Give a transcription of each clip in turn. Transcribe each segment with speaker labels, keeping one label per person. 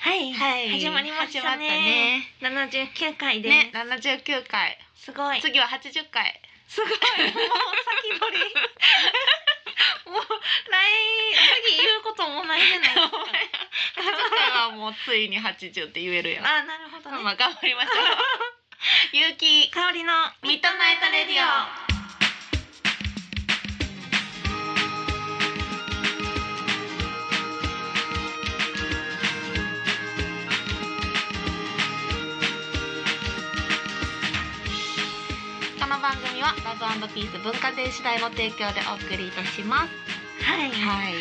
Speaker 1: はい、
Speaker 2: はい
Speaker 1: 始まりましたね。七十九回です、
Speaker 2: ね、七十九回、
Speaker 1: すごい。
Speaker 2: 次は八十回。
Speaker 1: すごい。もう先取り。 もう来次言うこともないじゃないですか。
Speaker 2: 八十回はもうついに八十って言えるや ん。
Speaker 1: あ、なるほどね。
Speaker 2: まあ頑張りまし ょう。ゆうき、
Speaker 1: 香りの
Speaker 2: ミッドナイトレディオ。この番組はラブピース文化電子台の提供でお送りいたします。
Speaker 1: はい。
Speaker 2: はい。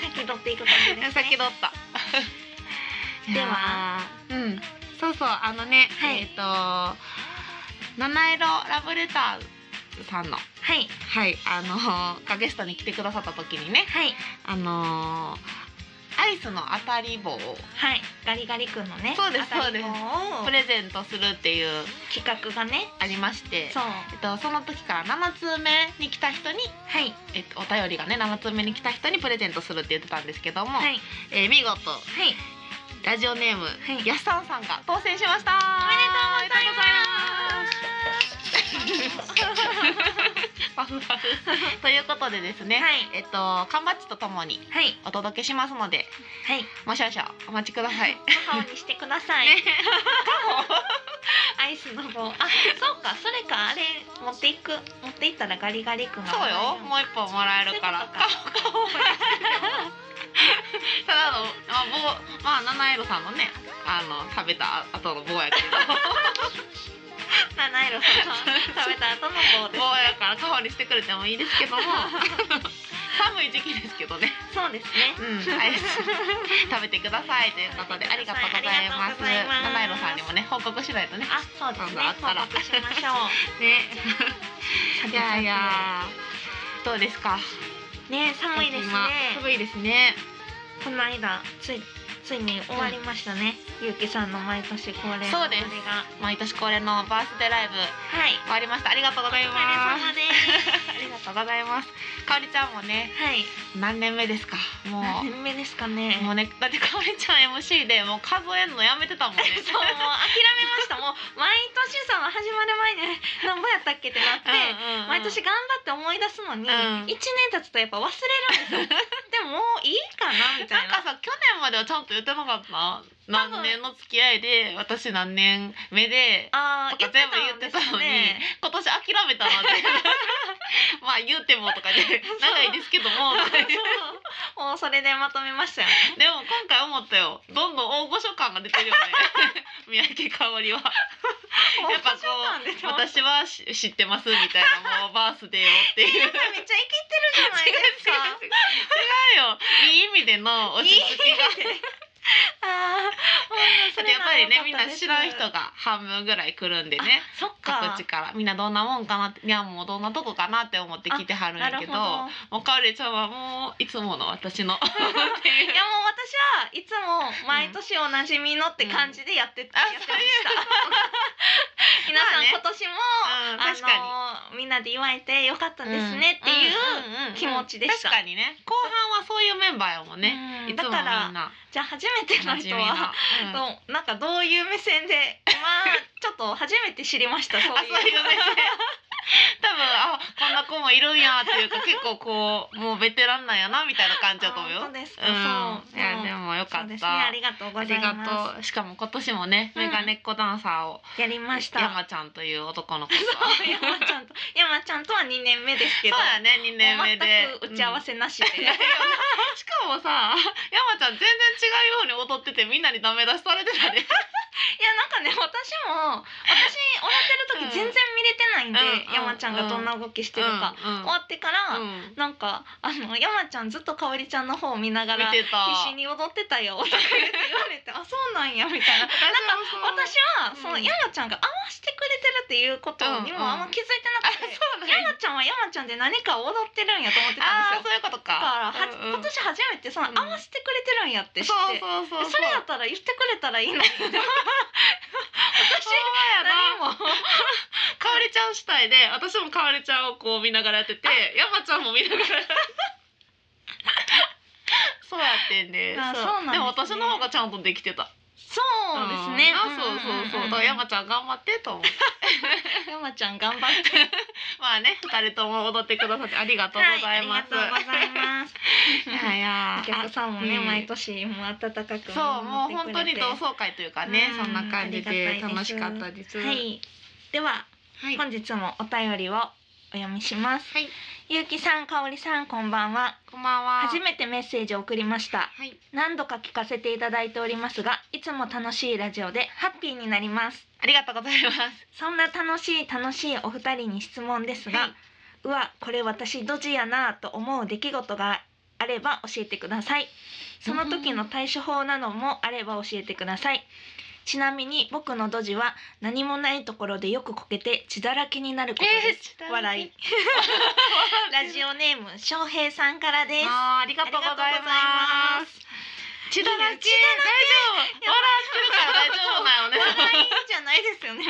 Speaker 1: 先取っていく感じですね。
Speaker 2: 先取 った。
Speaker 1: では、
Speaker 2: うん、そうそうあのね、
Speaker 1: はい
Speaker 2: えっ、と七色ラブレターさんの
Speaker 1: はい。
Speaker 2: はいあのがゲストに来てくださった時にね
Speaker 1: はい。
Speaker 2: あのアイスの当たり棒を
Speaker 1: はい。ガリガリ君のね。
Speaker 2: そうです
Speaker 1: 当たり棒を
Speaker 2: プレゼントするっていう
Speaker 1: 企画がね。
Speaker 2: ありまして。
Speaker 1: そう。
Speaker 2: えっと、その時から7通目に来た人に、
Speaker 1: はい。
Speaker 2: えっと、お便りがね7通目に来た人にプレゼントするって言ってたんですけども、
Speaker 1: はい。
Speaker 2: えー見事
Speaker 1: はい。
Speaker 2: ラジオネーム、
Speaker 1: はい
Speaker 2: やっさんさんが当選しました
Speaker 1: おめでとうございます
Speaker 2: パフパフ ということでですね、
Speaker 1: はい
Speaker 2: えっと缶バッジとともに
Speaker 1: はい
Speaker 2: お届けしますので
Speaker 1: はい
Speaker 2: もう少々お待ちください。ね、
Speaker 1: 母にしてくださ い、アイスの棒あそうかそれかあれ持っていく持っていったらガリガリ君が
Speaker 2: そうよもう一本もらえるから。
Speaker 1: そういうことか
Speaker 2: ただのまあ棒まあ七色さんのねあの食べた後の棒やけ
Speaker 1: 七色さん 食べた後の棒
Speaker 2: ど
Speaker 1: で
Speaker 2: 棒やから代わりしてくれてもいいで すけども寒い時期ですけどね。
Speaker 1: すそうですね、
Speaker 2: うん、アイス食べてくださいということでありがとうござい
Speaker 1: ありが
Speaker 2: ます。
Speaker 1: とうございます
Speaker 2: 七色さんにもね報告しないとね。
Speaker 1: あそうですね報告しましょう
Speaker 2: ね。 いやいやどうですか
Speaker 1: ね寒いですね
Speaker 2: 今寒いですね
Speaker 1: この間ついついに終わりましたね、ゆうきさんの毎年恒例の
Speaker 2: そうです
Speaker 1: これが
Speaker 2: 毎年恒例のバースデーライブ
Speaker 1: はい
Speaker 2: 終わりましたありがとうござい
Speaker 1: お
Speaker 2: ま
Speaker 1: 疲れ様
Speaker 2: す
Speaker 1: です
Speaker 2: ありがとうございますかおりちゃんもね
Speaker 1: はい
Speaker 2: 何年目ですかも
Speaker 1: 何
Speaker 2: う
Speaker 1: 年目ですかね
Speaker 2: もうねだってかおりちゃん MC でもう数えるのやめてたも んね
Speaker 1: そうもう諦めましたもう毎年その始まる前に何ぼやったっけってなって、
Speaker 2: うんうん
Speaker 1: 毎年頑張って思い出すのに、
Speaker 2: うん
Speaker 1: 一1年経つとやっぱ忘れるんですよで ももういいかなみた
Speaker 2: なん
Speaker 1: い
Speaker 2: か
Speaker 1: な
Speaker 2: さ去年まではちゃんと言ってなかった
Speaker 1: 多分
Speaker 2: 何年の付き合いで私何年目で
Speaker 1: あ
Speaker 2: と
Speaker 1: ー
Speaker 2: か全部言ってたのに、今年諦めたなってまあ言うて もとかで長いですけど も
Speaker 1: 言ってたんですねそうもうそれでまとめましたよね
Speaker 2: でも今回思ったよどんどん大御所感が出てるよ ね三宅かおりは やっぱ
Speaker 1: 大
Speaker 2: こ
Speaker 1: 御所感出
Speaker 2: う
Speaker 1: てます
Speaker 2: 私はし知ってますみたいなもうバースデーをっていう違う違う
Speaker 1: めっちゃ生きてるじ ゃないですか
Speaker 2: 違うよいい意味での落ち着きが
Speaker 1: あーほ
Speaker 2: だ
Speaker 1: んまそれ
Speaker 2: ってやっぱりねみん
Speaker 1: な
Speaker 2: な知らん人
Speaker 1: が
Speaker 2: が半分ぐらい来るんでね
Speaker 1: そっか
Speaker 2: 各地からみんなどんなもんかなってニャンもどんなとこかなって思って来てはるん
Speaker 1: なる
Speaker 2: やけ
Speaker 1: ほ
Speaker 2: ど
Speaker 1: ど
Speaker 2: もうかおりちゃんはもういつもの私の
Speaker 1: いやもう私はいつも毎年おなじみのって感じでやって,、
Speaker 2: あ
Speaker 1: やってました。皆さん、
Speaker 2: まあね
Speaker 1: 今年も、
Speaker 2: うん確かに
Speaker 1: あのみんなで祝えてよかったですねっていう、
Speaker 2: んんん
Speaker 1: 気持ちでした
Speaker 2: 確かにね後半はそういうメンバーやもんね、
Speaker 1: うん
Speaker 2: いつもみん
Speaker 1: だから
Speaker 2: な
Speaker 1: じゃあ初めて
Speaker 2: お
Speaker 1: の
Speaker 2: なじ
Speaker 1: 人
Speaker 2: み の、
Speaker 1: は、
Speaker 2: うん
Speaker 1: そうなんかどういう目線でまあちょっと初めて知りま したそう
Speaker 2: あそう
Speaker 1: い
Speaker 2: いうう目線多分あこんな子もいるんやっていうか結構こうもうベテランなんやなみたいな感じだと思うよ
Speaker 1: あ本当ですか、
Speaker 2: うん
Speaker 1: そう
Speaker 2: いや
Speaker 1: うん
Speaker 2: でもよか
Speaker 1: そう
Speaker 2: っ
Speaker 1: ですねあ
Speaker 2: た、
Speaker 1: りがとうご
Speaker 2: あ
Speaker 1: ざい
Speaker 2: り
Speaker 1: ま
Speaker 2: が
Speaker 1: す
Speaker 2: とうしかも今年もね、
Speaker 1: うん
Speaker 2: メガネっ子ダンサーを
Speaker 1: やりました
Speaker 2: 山ちゃんという男の子と
Speaker 1: そう山ちゃんと山ちゃんとは2年目ですけど
Speaker 2: そうだね2年目で
Speaker 1: もう全く打ち合わせなしで、
Speaker 2: しかもさ山ちゃん全然違うように踊っててみんなにダメ出しされて たね
Speaker 1: いやなんかね私も私踊ってる時全然見れてないんで、
Speaker 2: うん
Speaker 1: 山ちゃんがどんな動きしてるか、
Speaker 2: うんうん
Speaker 1: 終わってから、
Speaker 2: うん
Speaker 1: なんかあの山ちゃんずっとかおりちゃんの方を見ながら
Speaker 2: 見
Speaker 1: 必
Speaker 2: てた
Speaker 1: 死に踊ってたよとか言って言われてあそうなんやみたいな。
Speaker 2: なん
Speaker 1: 私はその
Speaker 2: うん
Speaker 1: 山ちゃんが合わせてくれてるっていうことにも
Speaker 2: うんうん
Speaker 1: あんま気づいてなくて、
Speaker 2: そうなんや
Speaker 1: 山ちゃんは山ちゃんで何かを踊ってるんやと思って
Speaker 2: あ
Speaker 1: たん
Speaker 2: ー
Speaker 1: ですよ。
Speaker 2: そういうこと
Speaker 1: だから
Speaker 2: か
Speaker 1: は今年初めてその
Speaker 2: うん
Speaker 1: 合わせてくれてるんやって知って、
Speaker 2: そうそうそう
Speaker 1: それやったら言ってくれたらいい のに私
Speaker 2: 何
Speaker 1: 何も
Speaker 2: も かおりちゃん主体で私もかおりちゃんをこう見ながらやってて山ちゃんも見ながらそそうやってんで
Speaker 1: あ
Speaker 2: そう
Speaker 1: そうなんですね
Speaker 2: でも私の方がちゃんとできてた
Speaker 1: そうですね。
Speaker 2: んそうそうそうだから山ちゃん頑張ってと思う
Speaker 1: 山ちゃん頑張って。
Speaker 2: まあね二人とも踊ってくだ さってありがとうございます、
Speaker 1: はい、ありがとうござい ます。
Speaker 2: いや
Speaker 1: お客さんもね、
Speaker 2: うん
Speaker 1: 毎年もう暖かく見守ってくれて
Speaker 2: そうもう本当に同窓会というかね、
Speaker 1: うん
Speaker 2: そんな感じ
Speaker 1: ありがた
Speaker 2: で
Speaker 1: いです
Speaker 2: 楽しかったです。
Speaker 1: はいでは、
Speaker 2: はい、
Speaker 1: 本日もお便りをお読みします
Speaker 2: はい、
Speaker 1: ゆうきさんかおりさんこんばんは
Speaker 2: こんばんは。
Speaker 1: 初めてメッセージを送りました
Speaker 2: はい、
Speaker 1: 何度か聞かせていただいておりますがいつも楽しいラジオでハッピーになります
Speaker 2: ありがとうございます。
Speaker 1: そんな楽しい楽しいお二人に質問ですが、
Speaker 2: はいう
Speaker 1: わこれ私ドジやなぁと思う出来事があれば教えてくださいその時の対処法などもあれば教えてくださいちなみに僕のドジは何もないところでよくこけて血だらけになることです、
Speaker 2: えー
Speaker 1: 笑い ラジオネーム翔平さんからです
Speaker 2: あー、ありがとうございます。血だらけ、大丈
Speaker 1: 血
Speaker 2: 夫。笑ってるから大丈夫なよね。
Speaker 1: 笑いじゃないですよね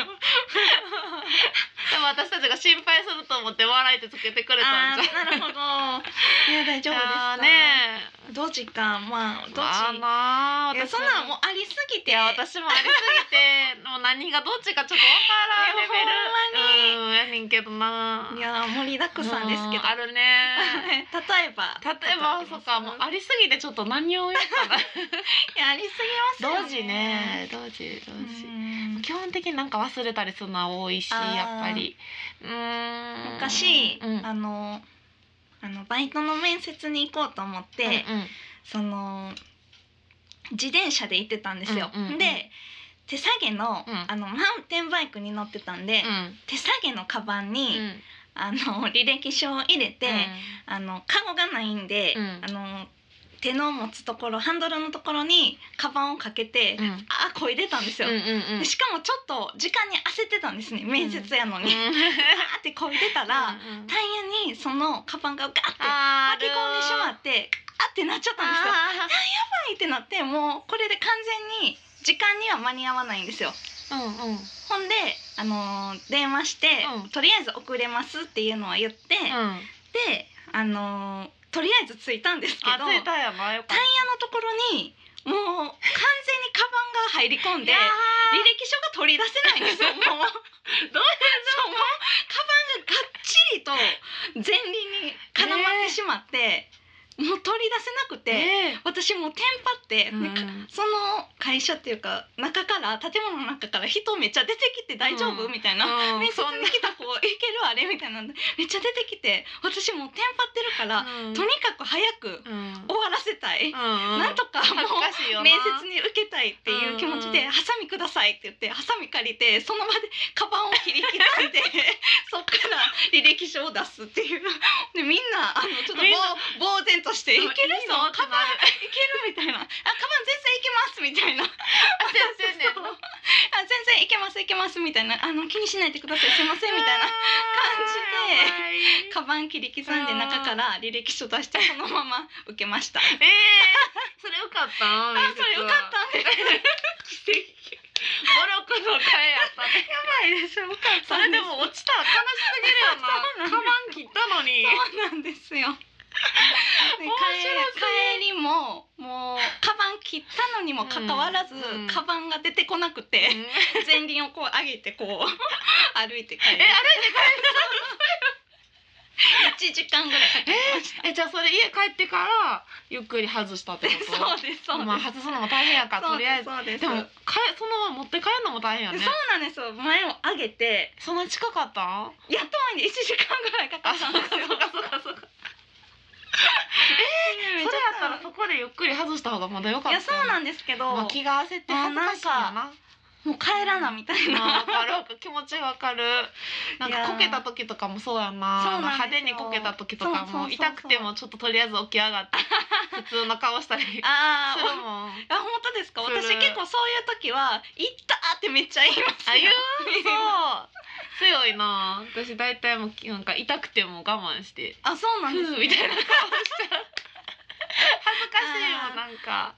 Speaker 2: でも私たちが心配すると思って笑いってつけてくれた
Speaker 1: あ
Speaker 2: んじゃん。
Speaker 1: ーなるほどいや大丈夫です
Speaker 2: あ
Speaker 1: か
Speaker 2: ーねえ。
Speaker 1: ドジかまあドジ
Speaker 2: あーなあ、
Speaker 1: いや
Speaker 2: 私
Speaker 1: そんなんもうありすぎ
Speaker 2: い
Speaker 1: て
Speaker 2: や私もありすぎてもう何がどっちかちょっとわからんレベ
Speaker 1: い
Speaker 2: ルうんやねんけどない
Speaker 1: や盛りだくさんですけど
Speaker 2: うあるね
Speaker 1: 例えば
Speaker 2: 例えばそっかもうありすぎてちょっと何を言ったら
Speaker 1: いやありすぎ ますよ
Speaker 2: 同時ね同時同
Speaker 1: う
Speaker 2: 時、
Speaker 1: ん
Speaker 2: 基本的になんか忘れたりするのは多いし
Speaker 1: あー
Speaker 2: やっぱりうーん
Speaker 1: 昔、
Speaker 2: うん、
Speaker 1: あのあのバイトの面接に行こうと思って、
Speaker 2: うんうん
Speaker 1: その自転車で行ってたんですよ、
Speaker 2: うんうんうん
Speaker 1: で手下げの,、
Speaker 2: うん
Speaker 1: あのマウンテンバイクに乗ってたんで、
Speaker 2: うん
Speaker 1: 手下げのカバンに、
Speaker 2: うん
Speaker 1: あの履歴書を入れて、あのカゴがないんで、
Speaker 2: うん
Speaker 1: あの手の持つところハンドルのところにカバンをかけて、
Speaker 2: うんうん
Speaker 1: ああこいでたんですよ、
Speaker 2: うんうんうん
Speaker 1: でしかもちょっと時間に焦ってたんですね面接やのに、あーってこいでたら、
Speaker 2: うんうん
Speaker 1: タイヤにそのカバンがガッて
Speaker 2: あー
Speaker 1: 巻き込んでしまってあってなっちゃったんですよは
Speaker 2: あ
Speaker 1: いってなってもうこれで完全に時間には間に合わないんですよ
Speaker 2: ーうんうん
Speaker 1: ほんで、あのー電話して、
Speaker 2: うん
Speaker 1: とりあえず遅れますっていうのは言って、
Speaker 2: うん
Speaker 1: で、あのーとりあえず着いたんですけど
Speaker 2: あ
Speaker 1: タイヤ
Speaker 2: 着い
Speaker 1: の
Speaker 2: たやなよかっ
Speaker 1: タイところにもう完全にカバンが入り込
Speaker 2: た
Speaker 1: んで
Speaker 2: いや
Speaker 1: 履歴書が取り出せないんです よもうどういうもうカバンががっちりと前輪に絡まってしまって、もう取り出せなく
Speaker 2: ー
Speaker 1: て、
Speaker 2: ね
Speaker 1: 私もうテンパって、
Speaker 2: えうん
Speaker 1: なんかその会社っていうか中から建物の中から人めっちゃ出てきて大丈夫、
Speaker 2: うん
Speaker 1: みたいな。
Speaker 2: うん
Speaker 1: 面接
Speaker 2: そん
Speaker 1: に来た子いけるあれみたいなんでめっちゃ出てきて私もうテンパってるから、
Speaker 2: なうん
Speaker 1: とにかく早く
Speaker 2: うん
Speaker 1: 終わらせたい、
Speaker 2: うん
Speaker 1: なんとかも
Speaker 2: 恥ず
Speaker 1: う
Speaker 2: かしいよな
Speaker 1: 面接に受けたいっていう気持ちで
Speaker 2: うんう
Speaker 1: 「
Speaker 2: ん
Speaker 1: ハサミください」って言ってハサミ借りてその場でカバンを切り刻ん でそっから履歴書を出すっていうでみんなあのちょっとぼ
Speaker 2: みんな
Speaker 1: う呆然として「いける
Speaker 2: いい
Speaker 1: 人
Speaker 2: の
Speaker 1: カバンいける」みたいな「あカバン全然いけます」みたいな
Speaker 2: あ先生ね
Speaker 1: そうそうあ全然いけますいけます」みたいなあの「気にしないでくださいすいま せん」みたいな。
Speaker 2: じ
Speaker 1: カバン切り刻んで中から履歴書出してそのまま受けました。あ、
Speaker 2: ええー、 それよかったあ
Speaker 1: それよかったんです。
Speaker 2: 奇跡努力の回やったね
Speaker 1: やばいでしょ。よかっ
Speaker 2: そ
Speaker 1: たんで
Speaker 2: れですも落ちたら悲しすぎるよ
Speaker 1: そ
Speaker 2: な
Speaker 1: う
Speaker 2: カバン切ったのに
Speaker 1: そうなんですよ。で
Speaker 2: 面白す
Speaker 1: 帰帰りももうカバン切ったのにもかかわらず、
Speaker 2: うんうん
Speaker 1: カバンが出てこなくて、
Speaker 2: うん
Speaker 1: 前輪をこう上げて こう歩いて帰
Speaker 2: え
Speaker 1: る
Speaker 2: あ
Speaker 1: 一時間ぐらいかかりました。
Speaker 2: れえじゃあそれ家帰ってからゆっくり外したってこと
Speaker 1: そうですそうです。
Speaker 2: まあ外すのも大変やから
Speaker 1: そ
Speaker 2: と
Speaker 1: うで
Speaker 2: りあ
Speaker 1: す
Speaker 2: えず
Speaker 1: そうです。
Speaker 2: でもかえそのまま持って帰るのも大変や
Speaker 1: そう
Speaker 2: ね
Speaker 1: なんですよ。前を上げて
Speaker 2: そんな近かったん
Speaker 1: やっと前に一時間ぐらいかかっ
Speaker 2: あ
Speaker 1: た
Speaker 2: そ
Speaker 1: んで
Speaker 2: う
Speaker 1: す
Speaker 2: か
Speaker 1: よ。
Speaker 2: そうかそうかそうか
Speaker 1: め
Speaker 2: そ
Speaker 1: っち
Speaker 2: れ
Speaker 1: ゃ
Speaker 2: やったらそこでゆっくり外した方がまだよかった
Speaker 1: いやそうなんんですけど、
Speaker 2: まあ、気が焦って恥ずかしいんやな
Speaker 1: もう帰らなみたい
Speaker 2: まあ
Speaker 1: な。
Speaker 2: わかるわかる気持ちわかるなん
Speaker 1: いやー
Speaker 2: かこけた時とかもそうやな
Speaker 1: そう
Speaker 2: まあ
Speaker 1: なん
Speaker 2: 派
Speaker 1: ですよ
Speaker 2: 手にこけた時とか
Speaker 1: そうそうそうそ
Speaker 2: も
Speaker 1: う
Speaker 2: 痛くてもちょっととりあえず起き上 がって普通の顔したりする
Speaker 1: ああ、
Speaker 2: もん
Speaker 1: あ本当ですか
Speaker 2: する
Speaker 1: 私結構そういう時は「行った!」ってめっちゃ言います
Speaker 2: あ言う
Speaker 1: 言い
Speaker 2: そ
Speaker 1: ます
Speaker 2: う強いな私大体もうなんか痛くても我慢して
Speaker 1: あそうなんです
Speaker 2: ふうみたいな顔し恥ずかしいよなんか
Speaker 1: なんか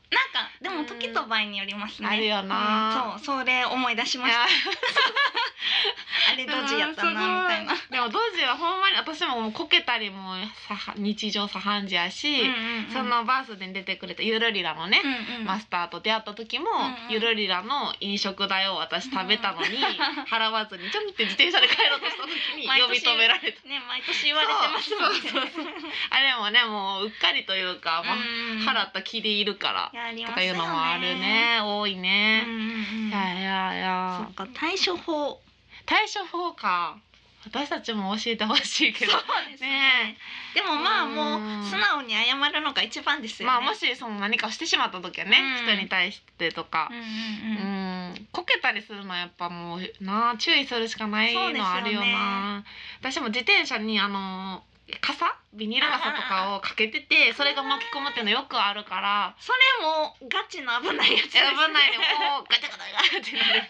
Speaker 1: でも時と場合によりますね。
Speaker 2: あるよ
Speaker 1: うん
Speaker 2: な、
Speaker 1: そうそれ思い出しました。あれドジやったなみたいな。
Speaker 2: うんすごでもドジはほんまに私ももうこけたりもさ日常茶飯事やし、
Speaker 1: うんうんうん
Speaker 2: そのバースデーに出てくれたゆるりらのね、
Speaker 1: うんうん
Speaker 2: マスターと出会った時も、
Speaker 1: んうん
Speaker 2: ゆるりらの飲食代を私食べたのに、払わずにちょんって自転車で帰ろうとした時に
Speaker 1: 毎
Speaker 2: 呼び
Speaker 1: 年
Speaker 2: 止められた
Speaker 1: ね毎年言われてますもんね。
Speaker 2: そうそうそうあれもねもううっかりというか、まあ
Speaker 1: うん
Speaker 2: 払った気でいるから
Speaker 1: やり
Speaker 2: と
Speaker 1: ます
Speaker 2: かい
Speaker 1: よ
Speaker 2: う
Speaker 1: ね。
Speaker 2: のもある。ね多い
Speaker 1: うん
Speaker 2: ね、
Speaker 1: うんうん。
Speaker 2: いやいや
Speaker 1: そ
Speaker 2: いや
Speaker 1: っか対処法。
Speaker 2: 対処法か私たちも教えてほしいけど
Speaker 1: です
Speaker 2: ね。
Speaker 1: でもまあも
Speaker 2: うん
Speaker 1: う素直に謝るのが一番ですよね。
Speaker 2: まあもしその何かをしてしまった時はね、
Speaker 1: うん
Speaker 2: 人に対してとか
Speaker 1: うん、う
Speaker 2: うん
Speaker 1: うん。
Speaker 2: んこけたりするのはやっぱもうな注意するしかないのはあるよな私も自転車にあの傘ビニール傘とかをかけててそれが巻き込むっていうのよくあるから
Speaker 1: それもガチの危ないやつです
Speaker 2: 危
Speaker 1: ね。
Speaker 2: ないねもうガチャガチャガチャってなる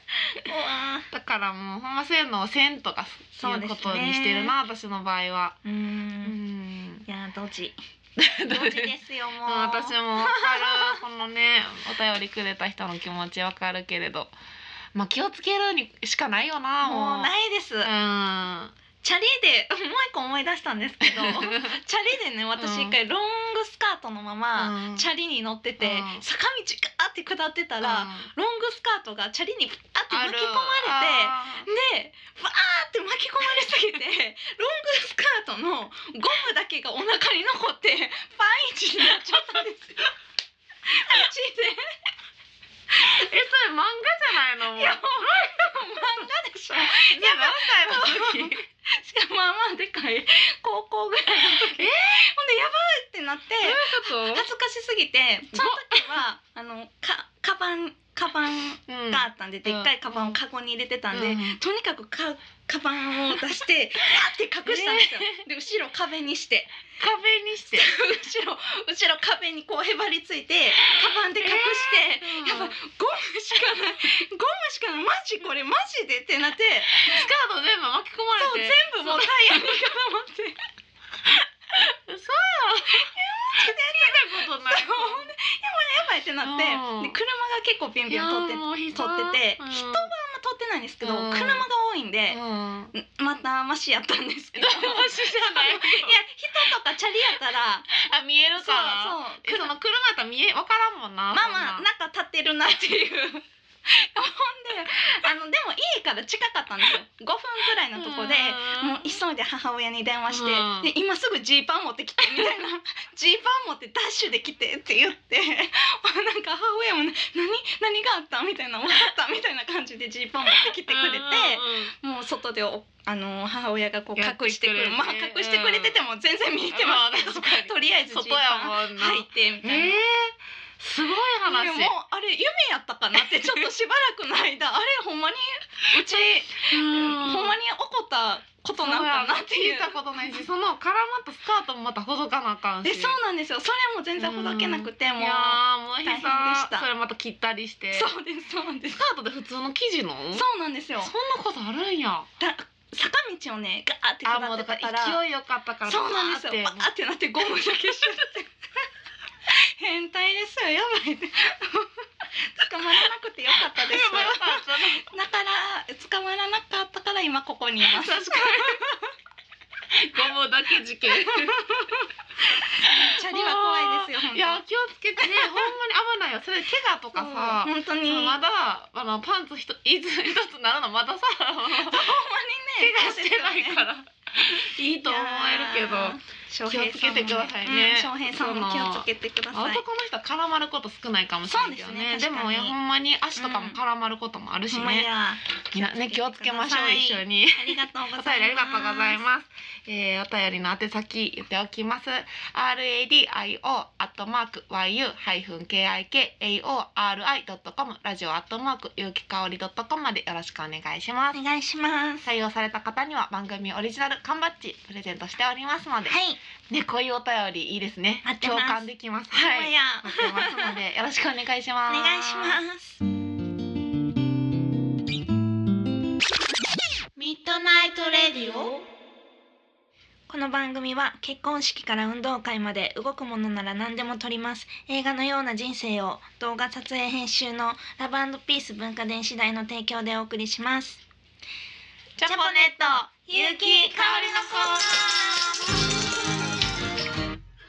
Speaker 1: うわ
Speaker 2: だからもうほんまそういうのをせんとかす
Speaker 1: そう
Speaker 2: い
Speaker 1: で
Speaker 2: う
Speaker 1: すね
Speaker 2: ことにしてるな、私の場合は。
Speaker 1: ーう。
Speaker 2: うんん
Speaker 1: いやドジ。
Speaker 2: ど
Speaker 1: ド
Speaker 2: う
Speaker 1: ジですよ もう。
Speaker 2: うん、 私もわかるこのねお便りくれた人の気持ちわかるけれどまあ気をつけるにしかないよなもう
Speaker 1: もうないです。チャリでもう一個思い出したんですけ ど
Speaker 2: うん
Speaker 1: チャリでね私一回ロングスカートのまま、
Speaker 2: うん
Speaker 1: チャリに乗ってて、
Speaker 2: うん
Speaker 1: 坂道ガーって下ってたら、ロングスカートがチャリにバーって巻き込まれて
Speaker 2: ある
Speaker 1: でバーって巻き込まれすぎてロングスカートのゴムだけがお腹に残ってパンイチになっちゃったんですよ。道
Speaker 2: あーえそれ漫画じゃないのもう
Speaker 1: でいやもう漫画でしょ。
Speaker 2: じゃあ何歳の時
Speaker 1: しかもまあまあでかい高校ぐらいの時、ほんでやばいってなって。
Speaker 2: どういうこ
Speaker 1: 恥ずかしすぎてその時はあのかカバンカバン
Speaker 2: と、うん
Speaker 1: があったんで、でっかいカバンをカゴに入れてたんで、とにかくかカバンを出してあって隠したんですよ、で後ろ壁にして
Speaker 2: 壁にして
Speaker 1: 後ろ後ろ壁にこうへばりついてカバンで隠して、やっぱゴムしかないゴムしかないマジこれマジでってなって
Speaker 2: スカート全部巻き込ま
Speaker 1: そう
Speaker 2: れ
Speaker 1: 全
Speaker 2: て
Speaker 1: 部もうタイヤに絡まって
Speaker 2: そう見たことない
Speaker 1: ほんでやばいやばいってなって
Speaker 2: うん
Speaker 1: で車が結構ビュンビュン取ってて
Speaker 2: もう人
Speaker 1: 撮ってて人
Speaker 2: が、
Speaker 1: あんま通ってないんですけど、
Speaker 2: うん
Speaker 1: 車が多いんで、
Speaker 2: うん うん、
Speaker 1: またマシやったんですけ
Speaker 2: ど
Speaker 1: ど。いや
Speaker 2: うしじゃない
Speaker 1: 人とかチャリやったら
Speaker 2: あ見える
Speaker 1: そ
Speaker 2: か
Speaker 1: う
Speaker 2: ら
Speaker 1: そう
Speaker 2: えその車やったら見えわからんもんな。
Speaker 1: まあまあなんか立ってるなっていう ほんであのでも家から近かったんですよ5分くらいのとこでもう急いで母親に電話して
Speaker 2: う
Speaker 1: 「
Speaker 2: ん
Speaker 1: で今すぐジーパン持ってきて」みたい な「ジーパン持ってダッシュで来て」って言って もうなんか母親もね「何何があった?」みたいな「分かった」みたいな感じでジーパン持ってきてくれて。もう外でおあの母親がこう
Speaker 2: やって
Speaker 1: 隠してくる
Speaker 2: くれて
Speaker 1: まあ隠してくれてても全然見えてますけど、
Speaker 2: うんまあ確か に
Speaker 1: とりあえずジー
Speaker 2: 外
Speaker 1: パン
Speaker 2: やもんな。
Speaker 1: 入ってみたい
Speaker 2: えー
Speaker 1: な。
Speaker 2: すごい
Speaker 1: で
Speaker 2: 話。
Speaker 1: もあれ夢やったかなってちょっとしばらくの 間あれほんまにうち、ほんま
Speaker 2: に
Speaker 1: に起こったことなんかなっていう
Speaker 2: 聞いたことないし、その絡まったスカートもまたほどかなあかんし。
Speaker 1: えそうなんですよそれも全然ほどけなくても
Speaker 2: いうやーもう
Speaker 1: 大変でした
Speaker 2: それまた切ったりして。ス
Speaker 1: そうですそうです
Speaker 2: カートで普通の生地の。そん
Speaker 1: そうなんですよ
Speaker 2: なことあるんや。
Speaker 1: だ坂道をねガーって
Speaker 2: あも
Speaker 1: 下っ
Speaker 2: う
Speaker 1: て
Speaker 2: だから
Speaker 1: たから
Speaker 2: 勢いよかったから。
Speaker 1: そうなんですよ。バ
Speaker 2: バーって
Speaker 1: ーってなってゴムだけしちゃって。変態ですよ。やばいね。 捕まらなくてよかったです。
Speaker 2: やばいよかったね
Speaker 1: だから捕まらなかったから今ここにいます。
Speaker 2: 確かに。ゴムだけ事件。
Speaker 1: チャリは怖いですよ。本当
Speaker 2: いや気をつけてねほんまに危ないよそれ怪我とかさ
Speaker 1: そう本当に
Speaker 2: その
Speaker 1: ほ
Speaker 2: ま
Speaker 1: んまにね。
Speaker 2: だあのパンツひと一つ一つなるのまださ怪我してない
Speaker 1: そ
Speaker 2: か
Speaker 1: う
Speaker 2: らいいと思えるけど
Speaker 1: ですよね。
Speaker 2: 気をつけてくださいね
Speaker 1: 翔平さんもねうん翔平さんも気をつけてくだ
Speaker 2: 男
Speaker 1: さ
Speaker 2: の
Speaker 1: い。
Speaker 2: 人は絡まること少ないかもしれないけど
Speaker 1: そう
Speaker 2: ね
Speaker 1: ですね
Speaker 2: で
Speaker 1: 確か
Speaker 2: も
Speaker 1: に
Speaker 2: いやほんまに足とかも絡まることもあるし
Speaker 1: ほんま
Speaker 2: ね、
Speaker 1: や。
Speaker 2: みんなね気をつけましょ
Speaker 1: は
Speaker 2: う
Speaker 1: い
Speaker 2: 一緒に。
Speaker 1: ありがとうございます。
Speaker 2: お便りありがとうございます。えー、お便りの宛先言っておきます。R A D I O アットマーク Y U ハイフン K I K A O R I ドットコムラジオアットマーク有機香りドットコムまでよろしくお願いします
Speaker 1: お。願いします。
Speaker 2: 採用された方には番組オリジナル缶バッジプレゼントしておりますので、
Speaker 1: はい。
Speaker 2: ねこういうお便りいいですね
Speaker 1: 待っ。てま
Speaker 2: 共
Speaker 1: す
Speaker 2: 感できます。
Speaker 1: ほん
Speaker 2: は
Speaker 1: ま
Speaker 2: い。
Speaker 1: や。
Speaker 2: 待ってますのでよろしくお願いし
Speaker 1: お
Speaker 2: ます。
Speaker 1: 願いします。
Speaker 3: ミッドナイトレディオ
Speaker 1: この番組は結婚式から運動会まで動くものなら何でも撮ります映画のような人生を動画撮影編集のラブピース文化電子台の提供でお送りします
Speaker 2: ジャポネットゆうきかおりのコーナーこの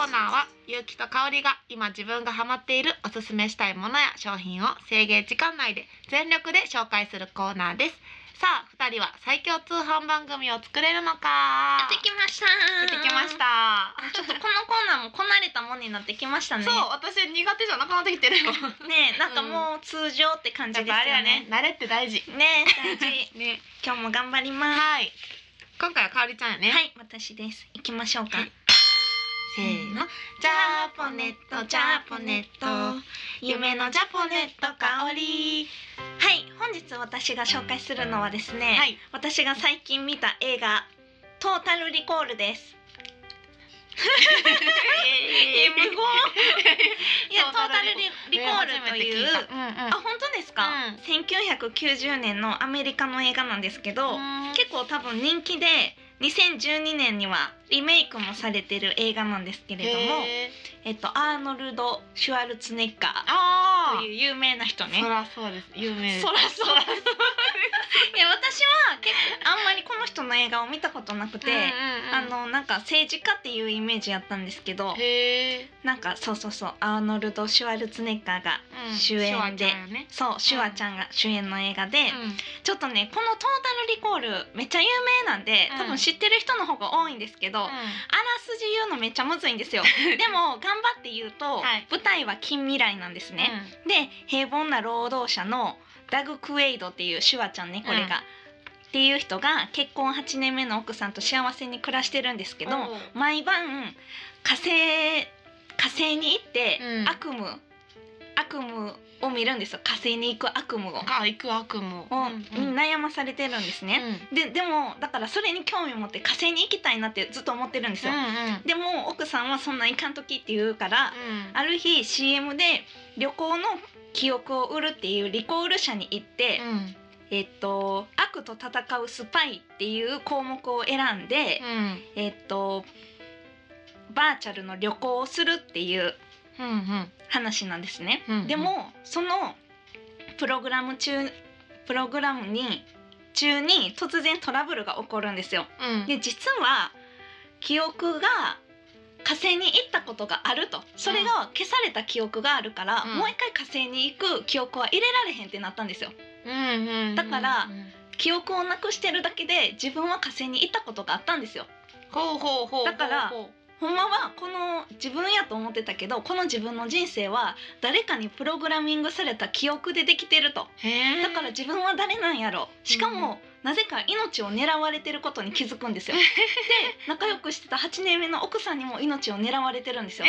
Speaker 2: コーナーはゆうきとかおりが今自分がハマっているおすすめしたいものや商品を制限時間内で全力で紹介するコーナーですさあ二人は最強通販番組を作れるのか
Speaker 1: やってきました
Speaker 2: やってきました
Speaker 1: あちょっとこのコーナーもこなれたもんになってきましたね
Speaker 2: そう私苦手じゃなくなってきてるよ
Speaker 1: ねえなんかもう通常って感じですよね、
Speaker 2: 慣れって大事
Speaker 1: ねえ大事
Speaker 2: ね
Speaker 1: 今日も頑張ります
Speaker 2: はい今回はかおりちゃんやね
Speaker 1: はい、私です。行きましょうか。
Speaker 2: はいせーのジャポネットジャポネット夢のジャポネット香り
Speaker 1: はい、本日私が紹介するのはですね、
Speaker 2: はい
Speaker 1: 私が最近見た映画、トータルリコールです。え、無言。 いや、トータルリリコールという、
Speaker 2: うんうん
Speaker 1: あ、本当ですか、
Speaker 2: うん
Speaker 1: ?1990 年のアメリカの映画なんですけど、
Speaker 2: うん
Speaker 1: 結構多分人気で、2012年にはリメイクもされてる映画なんですけれども、
Speaker 2: へー
Speaker 1: えっと、アーノルド・シュワルツェネッガー。
Speaker 2: あ
Speaker 1: という有名な人
Speaker 2: あ
Speaker 1: ね。
Speaker 2: そらそうです有名
Speaker 1: そら そう。いや私は結構あんまりこの人の映画を見たことなくて、あのなんか政治家っていうイメージやったんですけど、
Speaker 2: へえ
Speaker 1: なんかそうそうそうアーノルド・シュワルツェネッガーが主演で、そうシュワちゃんが主演の映画で、ちょっとねこの「トータル・リコール」めっちゃ有名なんで
Speaker 2: うん
Speaker 1: 多分知ってる人の方が多いんですけど、あらすじ言うのめっちゃむずいんです よでも頑張って言うと、
Speaker 2: はい
Speaker 1: 舞台は近未来なんですね、で平凡な労働者のダグ・クウェイドっていうシュワちゃんねこれが、
Speaker 2: うん
Speaker 1: っていう人が結婚8年目の奥さんと幸せに暮らしてるんですけど毎晩火星火星に行って、
Speaker 2: うん
Speaker 1: 悪夢悪夢を見るんですよ火星に行く悪夢を、
Speaker 2: あ行く悪夢
Speaker 1: を悩まされてるんですね。ででもだからそれに興味を持って火星に行きたいなってずっと思ってるんですよ。でも奥さんはそんなにいかんときって言うから、ある日 CM で旅行の記憶を売るっていうリコール社に行って、えっと悪と戦うスパイっていう項目を選んで、えっとバーチャルの旅行をするっていう話なんですね。でもそのプログラム中プログラムに中に突然トラブルが起こるんですよ。で実は記憶が火星に行ったことがあるとそれが消された記憶があるから、
Speaker 2: うん
Speaker 1: もう一回火星に行く記憶は入れられへんってなったんですよ記憶をなくしてるだけで自分は火星に行ったことがあったんですよ
Speaker 2: ほうほうほう
Speaker 1: ほんまはこの自分やと思ってたけどこの自分の人生は誰かにプログラミングされた記憶でできてるとだから自分は誰なんやろしかも、なぜか命を狙われてることに気づくんですよで仲良くしてた8年目の奥さんにも命を狙われてるんですよ、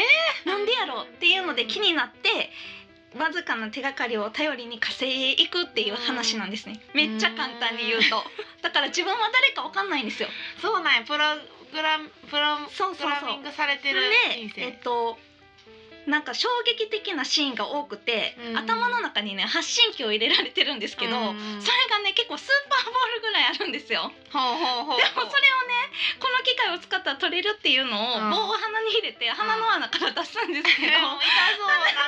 Speaker 1: なんでやろうっていうので気になってわずかな手がかりを頼りに火星へ行くっていう話なんですね
Speaker 2: うん
Speaker 1: めっちゃ簡単に言うとだから自分は誰かわかんないんですよ
Speaker 2: そうなんやプログラムプロ
Speaker 1: そう
Speaker 2: プ
Speaker 1: そう
Speaker 2: ロ
Speaker 1: そ
Speaker 2: ミ
Speaker 1: う
Speaker 2: ングされてる人
Speaker 1: でえっ
Speaker 2: 生
Speaker 1: となんか衝撃的なシーンが多くて、
Speaker 2: うん
Speaker 1: 頭の中にね発信機を入れられてるんですけど、そ
Speaker 2: ほう
Speaker 1: れがね結構スーパーボールぐらいあるんですよ
Speaker 2: ほうほう
Speaker 1: でもそれをねこの機械を使ったら取れるっていうのを、
Speaker 2: うん
Speaker 1: 棒を鼻に入れて鼻の穴から出すんですけど、鼻の
Speaker 2: そう
Speaker 1: 穴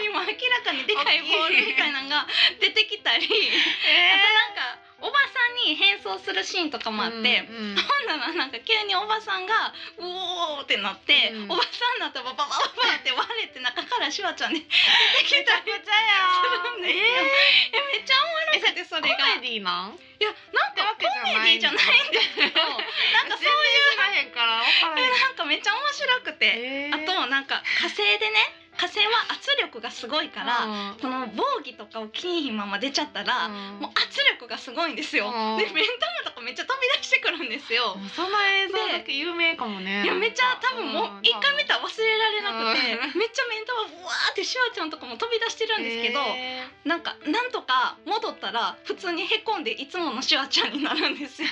Speaker 1: よりも明らかにでかいボールみたいなのが出てきたり、あとなんかおばさんに変装するシーンとかもあって、今度はなんか急におばさんが「うおー」ってなって、
Speaker 2: うん
Speaker 1: おばさんの頭バババババって割れて中からシュワちゃんに出 てき
Speaker 2: めち
Speaker 1: た
Speaker 2: ゃ
Speaker 1: り
Speaker 2: くち
Speaker 1: するん
Speaker 2: ゃ
Speaker 1: ですよ。
Speaker 2: や
Speaker 1: えめっちゃおもろくてそれが。
Speaker 2: コメディなんっ
Speaker 1: い
Speaker 2: て
Speaker 1: やなんか
Speaker 2: わけ
Speaker 1: コメディじゃないんですけどなんかそういう
Speaker 2: うへんから分からへん
Speaker 1: なんかめっちゃ面白くて、あとなんか火星でね火星は圧力がすごいから、この防御とかを金ひんまま出ちゃったら、もう圧力がすごいんですよ、
Speaker 2: うん
Speaker 1: で目ん玉とかめっちゃ飛び出してくるんですよ、
Speaker 2: その映像だけ有名かもね
Speaker 1: いやめっちゃ多分もう一回見たら忘れられなくて、
Speaker 2: う
Speaker 1: めっちゃ目ん玉ブワーってシュワちゃんとかも飛び出してるんですけど、
Speaker 2: へ
Speaker 1: なんかなんとか戻ったら普通にへこんでいつものシュワちゃんになるんです よ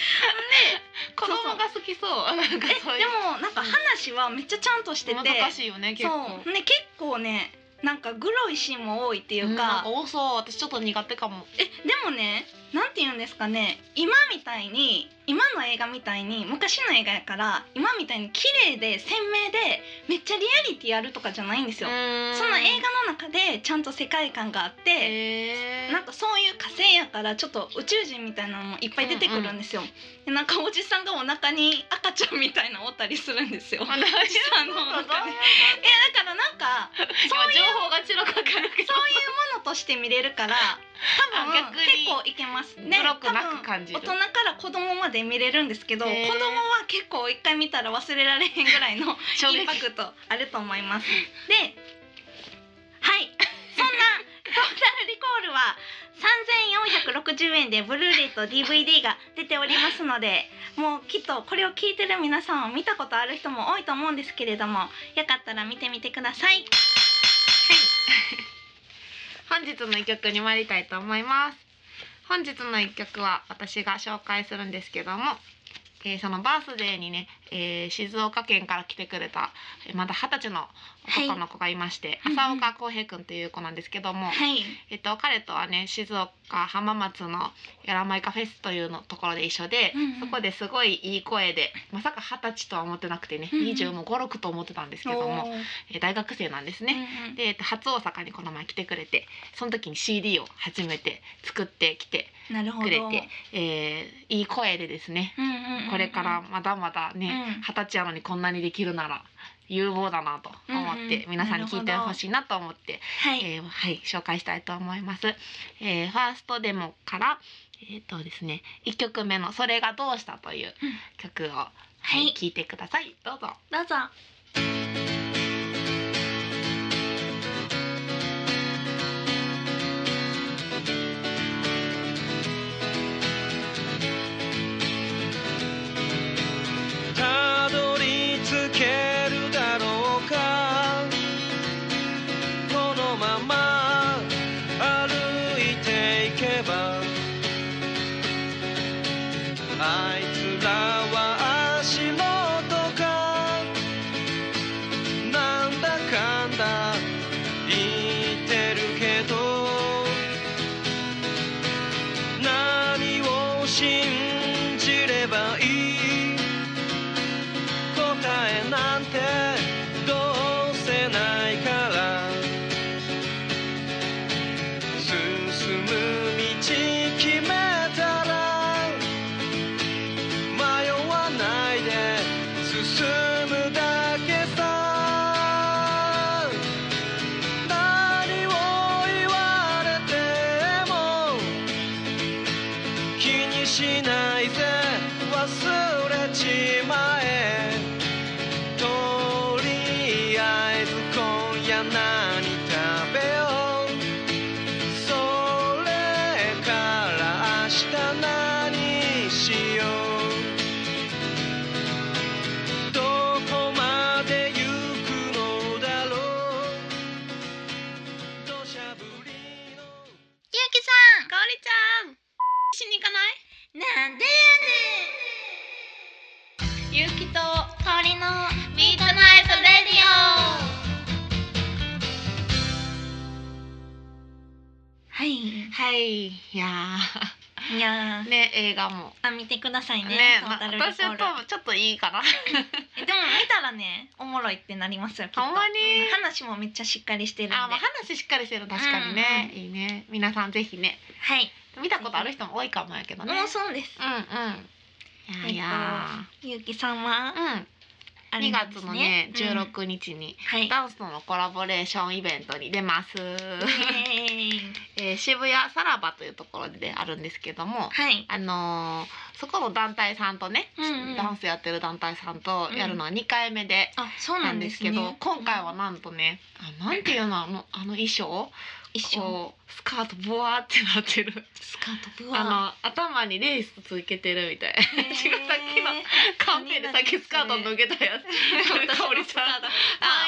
Speaker 2: ー子供が好きそうなんか
Speaker 1: えで
Speaker 2: そういう
Speaker 1: もなんか話はめっちゃちゃんとしてて
Speaker 2: 難しいよね結
Speaker 1: そ
Speaker 2: 構
Speaker 1: うね結構ねなんかグロいシーンも多いってい
Speaker 2: うん
Speaker 1: う
Speaker 2: な
Speaker 1: か
Speaker 2: んか多そう私ちょっと苦手かも
Speaker 1: えでもねなんて言うんですかね今みたいに今の映画みたいに昔の映画やから今みたいに綺麗で鮮明でめっちゃリアリティあるとかじゃないんです
Speaker 2: そ
Speaker 1: よ
Speaker 2: の。
Speaker 1: その映画の中でちゃんと世界観があって、
Speaker 2: えー、
Speaker 1: なんかそういう火星やからちょっと宇宙人みたいなのもいっぱい出てくるんですよ。でなんかおじさんがお腹に赤ちゃんみたいなのおったりするんですよ。お
Speaker 2: あ大丈
Speaker 1: じさんの
Speaker 2: 夫
Speaker 1: 中で。いやだ
Speaker 2: 今
Speaker 1: からなん か
Speaker 2: 情報がちろかかるけど
Speaker 1: そういうものとして見れるから多分
Speaker 2: あ逆に
Speaker 1: 結構いけますね
Speaker 2: 黒くなく感じる
Speaker 1: 多分大人から子供まで見れるんですけど子
Speaker 2: へ
Speaker 1: 供
Speaker 2: ー
Speaker 1: は結構一回見たら忘れられへんぐらい の
Speaker 2: 衝
Speaker 1: インパ
Speaker 2: 撃
Speaker 1: クトあると思い ますではいそんな「トータルリコール」は3460円でブルーレイと DVD が出ておりますのでもうきっとこれを聞いてる皆さんは見たことある人も多いと思うんですけれどもよかったら見てみてください
Speaker 2: 本日の一曲に参りたいと思います本日の一曲は私が紹介するんですけども、えーそのバースデーにね、えー静岡県から来てくれたえーまだ二十歳の男の子がいまして、
Speaker 1: はい
Speaker 2: 浅岡浩平君という子なんですけども、
Speaker 1: はい
Speaker 2: えっと、彼とはね静岡浜松のやらまいかフェスというのところで一緒で、
Speaker 1: うんうん
Speaker 2: そこですごいいい声でまさか二十歳とは思ってなくてね、
Speaker 1: うんうん
Speaker 2: 25も5 6と思ってたんですけども、えー大学生なんですね。
Speaker 1: ね
Speaker 2: で、えっと、初大阪にこの前来てくれてその時に CD を初めて作ってきて
Speaker 1: なるほど
Speaker 2: くれて、えーいい声でですね
Speaker 1: うんうんうんうん
Speaker 2: これからまだまだ
Speaker 1: うん
Speaker 2: ね二十、歳なのにこんなにできるなら有望だなと思って、
Speaker 1: うんうん
Speaker 2: 皆さんに聞いてほしいなと思って、
Speaker 1: はい、
Speaker 2: えーはい、紹介したいと思います。えーファーストデモからえっ、とですね1曲目の「それがどうした」という
Speaker 1: うん
Speaker 2: 曲を、
Speaker 1: は
Speaker 2: はいい、聞いてください。どうぞ
Speaker 1: どうぞ
Speaker 3: たどり着けるだろうかこのまま歩いていけばあいつらは足元かなんだかんだ言ってるけど何を信じればいい答えなんてどうせないから進む道決めたら迷わないで進むだけさ何を言われても気にしないぜ忘れちまえとりあえず今夜何食べようそれから明日何しようどこまで行くのだろう土砂降り
Speaker 1: ゆ
Speaker 3: の
Speaker 1: うきさんかおりちゃん
Speaker 2: しに行かない
Speaker 1: なんで
Speaker 2: ゆうきと
Speaker 1: やねんかおりの
Speaker 2: ミートナイトレディオ
Speaker 1: はい
Speaker 2: はい、いや
Speaker 1: いや
Speaker 2: ー、
Speaker 1: ー
Speaker 2: ね、映画も。
Speaker 1: あ見てくださいね
Speaker 2: ね、
Speaker 1: ト
Speaker 2: ま
Speaker 1: ー
Speaker 2: あ
Speaker 1: タルリコ
Speaker 2: 私
Speaker 1: ー
Speaker 2: は
Speaker 1: ル
Speaker 2: 多分ちょっといいかな。
Speaker 1: えでも見たらねおもろいってなりますよきっと
Speaker 2: ほんまに
Speaker 1: うん話もめっちゃしっかりしてるんで
Speaker 2: あ、まあ、話しっかりしてる、確かにね、いいね、皆さんぜひね、
Speaker 1: はい
Speaker 2: 見たことある人も多いかもやけどね。
Speaker 1: もうそうです
Speaker 2: うん、うん、いやいや
Speaker 1: ゆうきさんは
Speaker 2: ー、うん、
Speaker 1: あれ
Speaker 2: 二
Speaker 1: なんで
Speaker 2: 月
Speaker 1: す
Speaker 2: のね、
Speaker 1: う
Speaker 2: 十
Speaker 1: ん
Speaker 2: 六日に。
Speaker 1: はい
Speaker 2: ダンスとのコラボレーションイベントに出ます、
Speaker 1: イエーイ
Speaker 2: えー渋谷さらばというところであるんですけども、
Speaker 1: はい
Speaker 2: あのーそこの団体さんとね、
Speaker 1: うんうん
Speaker 2: ダンスやってる団体さんとやるのは2回目で、
Speaker 1: あそう
Speaker 2: な
Speaker 1: なんん
Speaker 2: で
Speaker 1: ですす
Speaker 2: け
Speaker 1: ね
Speaker 2: ど、今回はなんとねあなんていうのあのあの衣装
Speaker 1: 一緒
Speaker 2: こうスカートボワーってなってる
Speaker 1: スカートブワー
Speaker 2: あの頭にレースつけてるみたいな
Speaker 1: へー
Speaker 2: 私がさっきのカンペでさっきスカート脱げたやつ香織ちゃん
Speaker 1: あ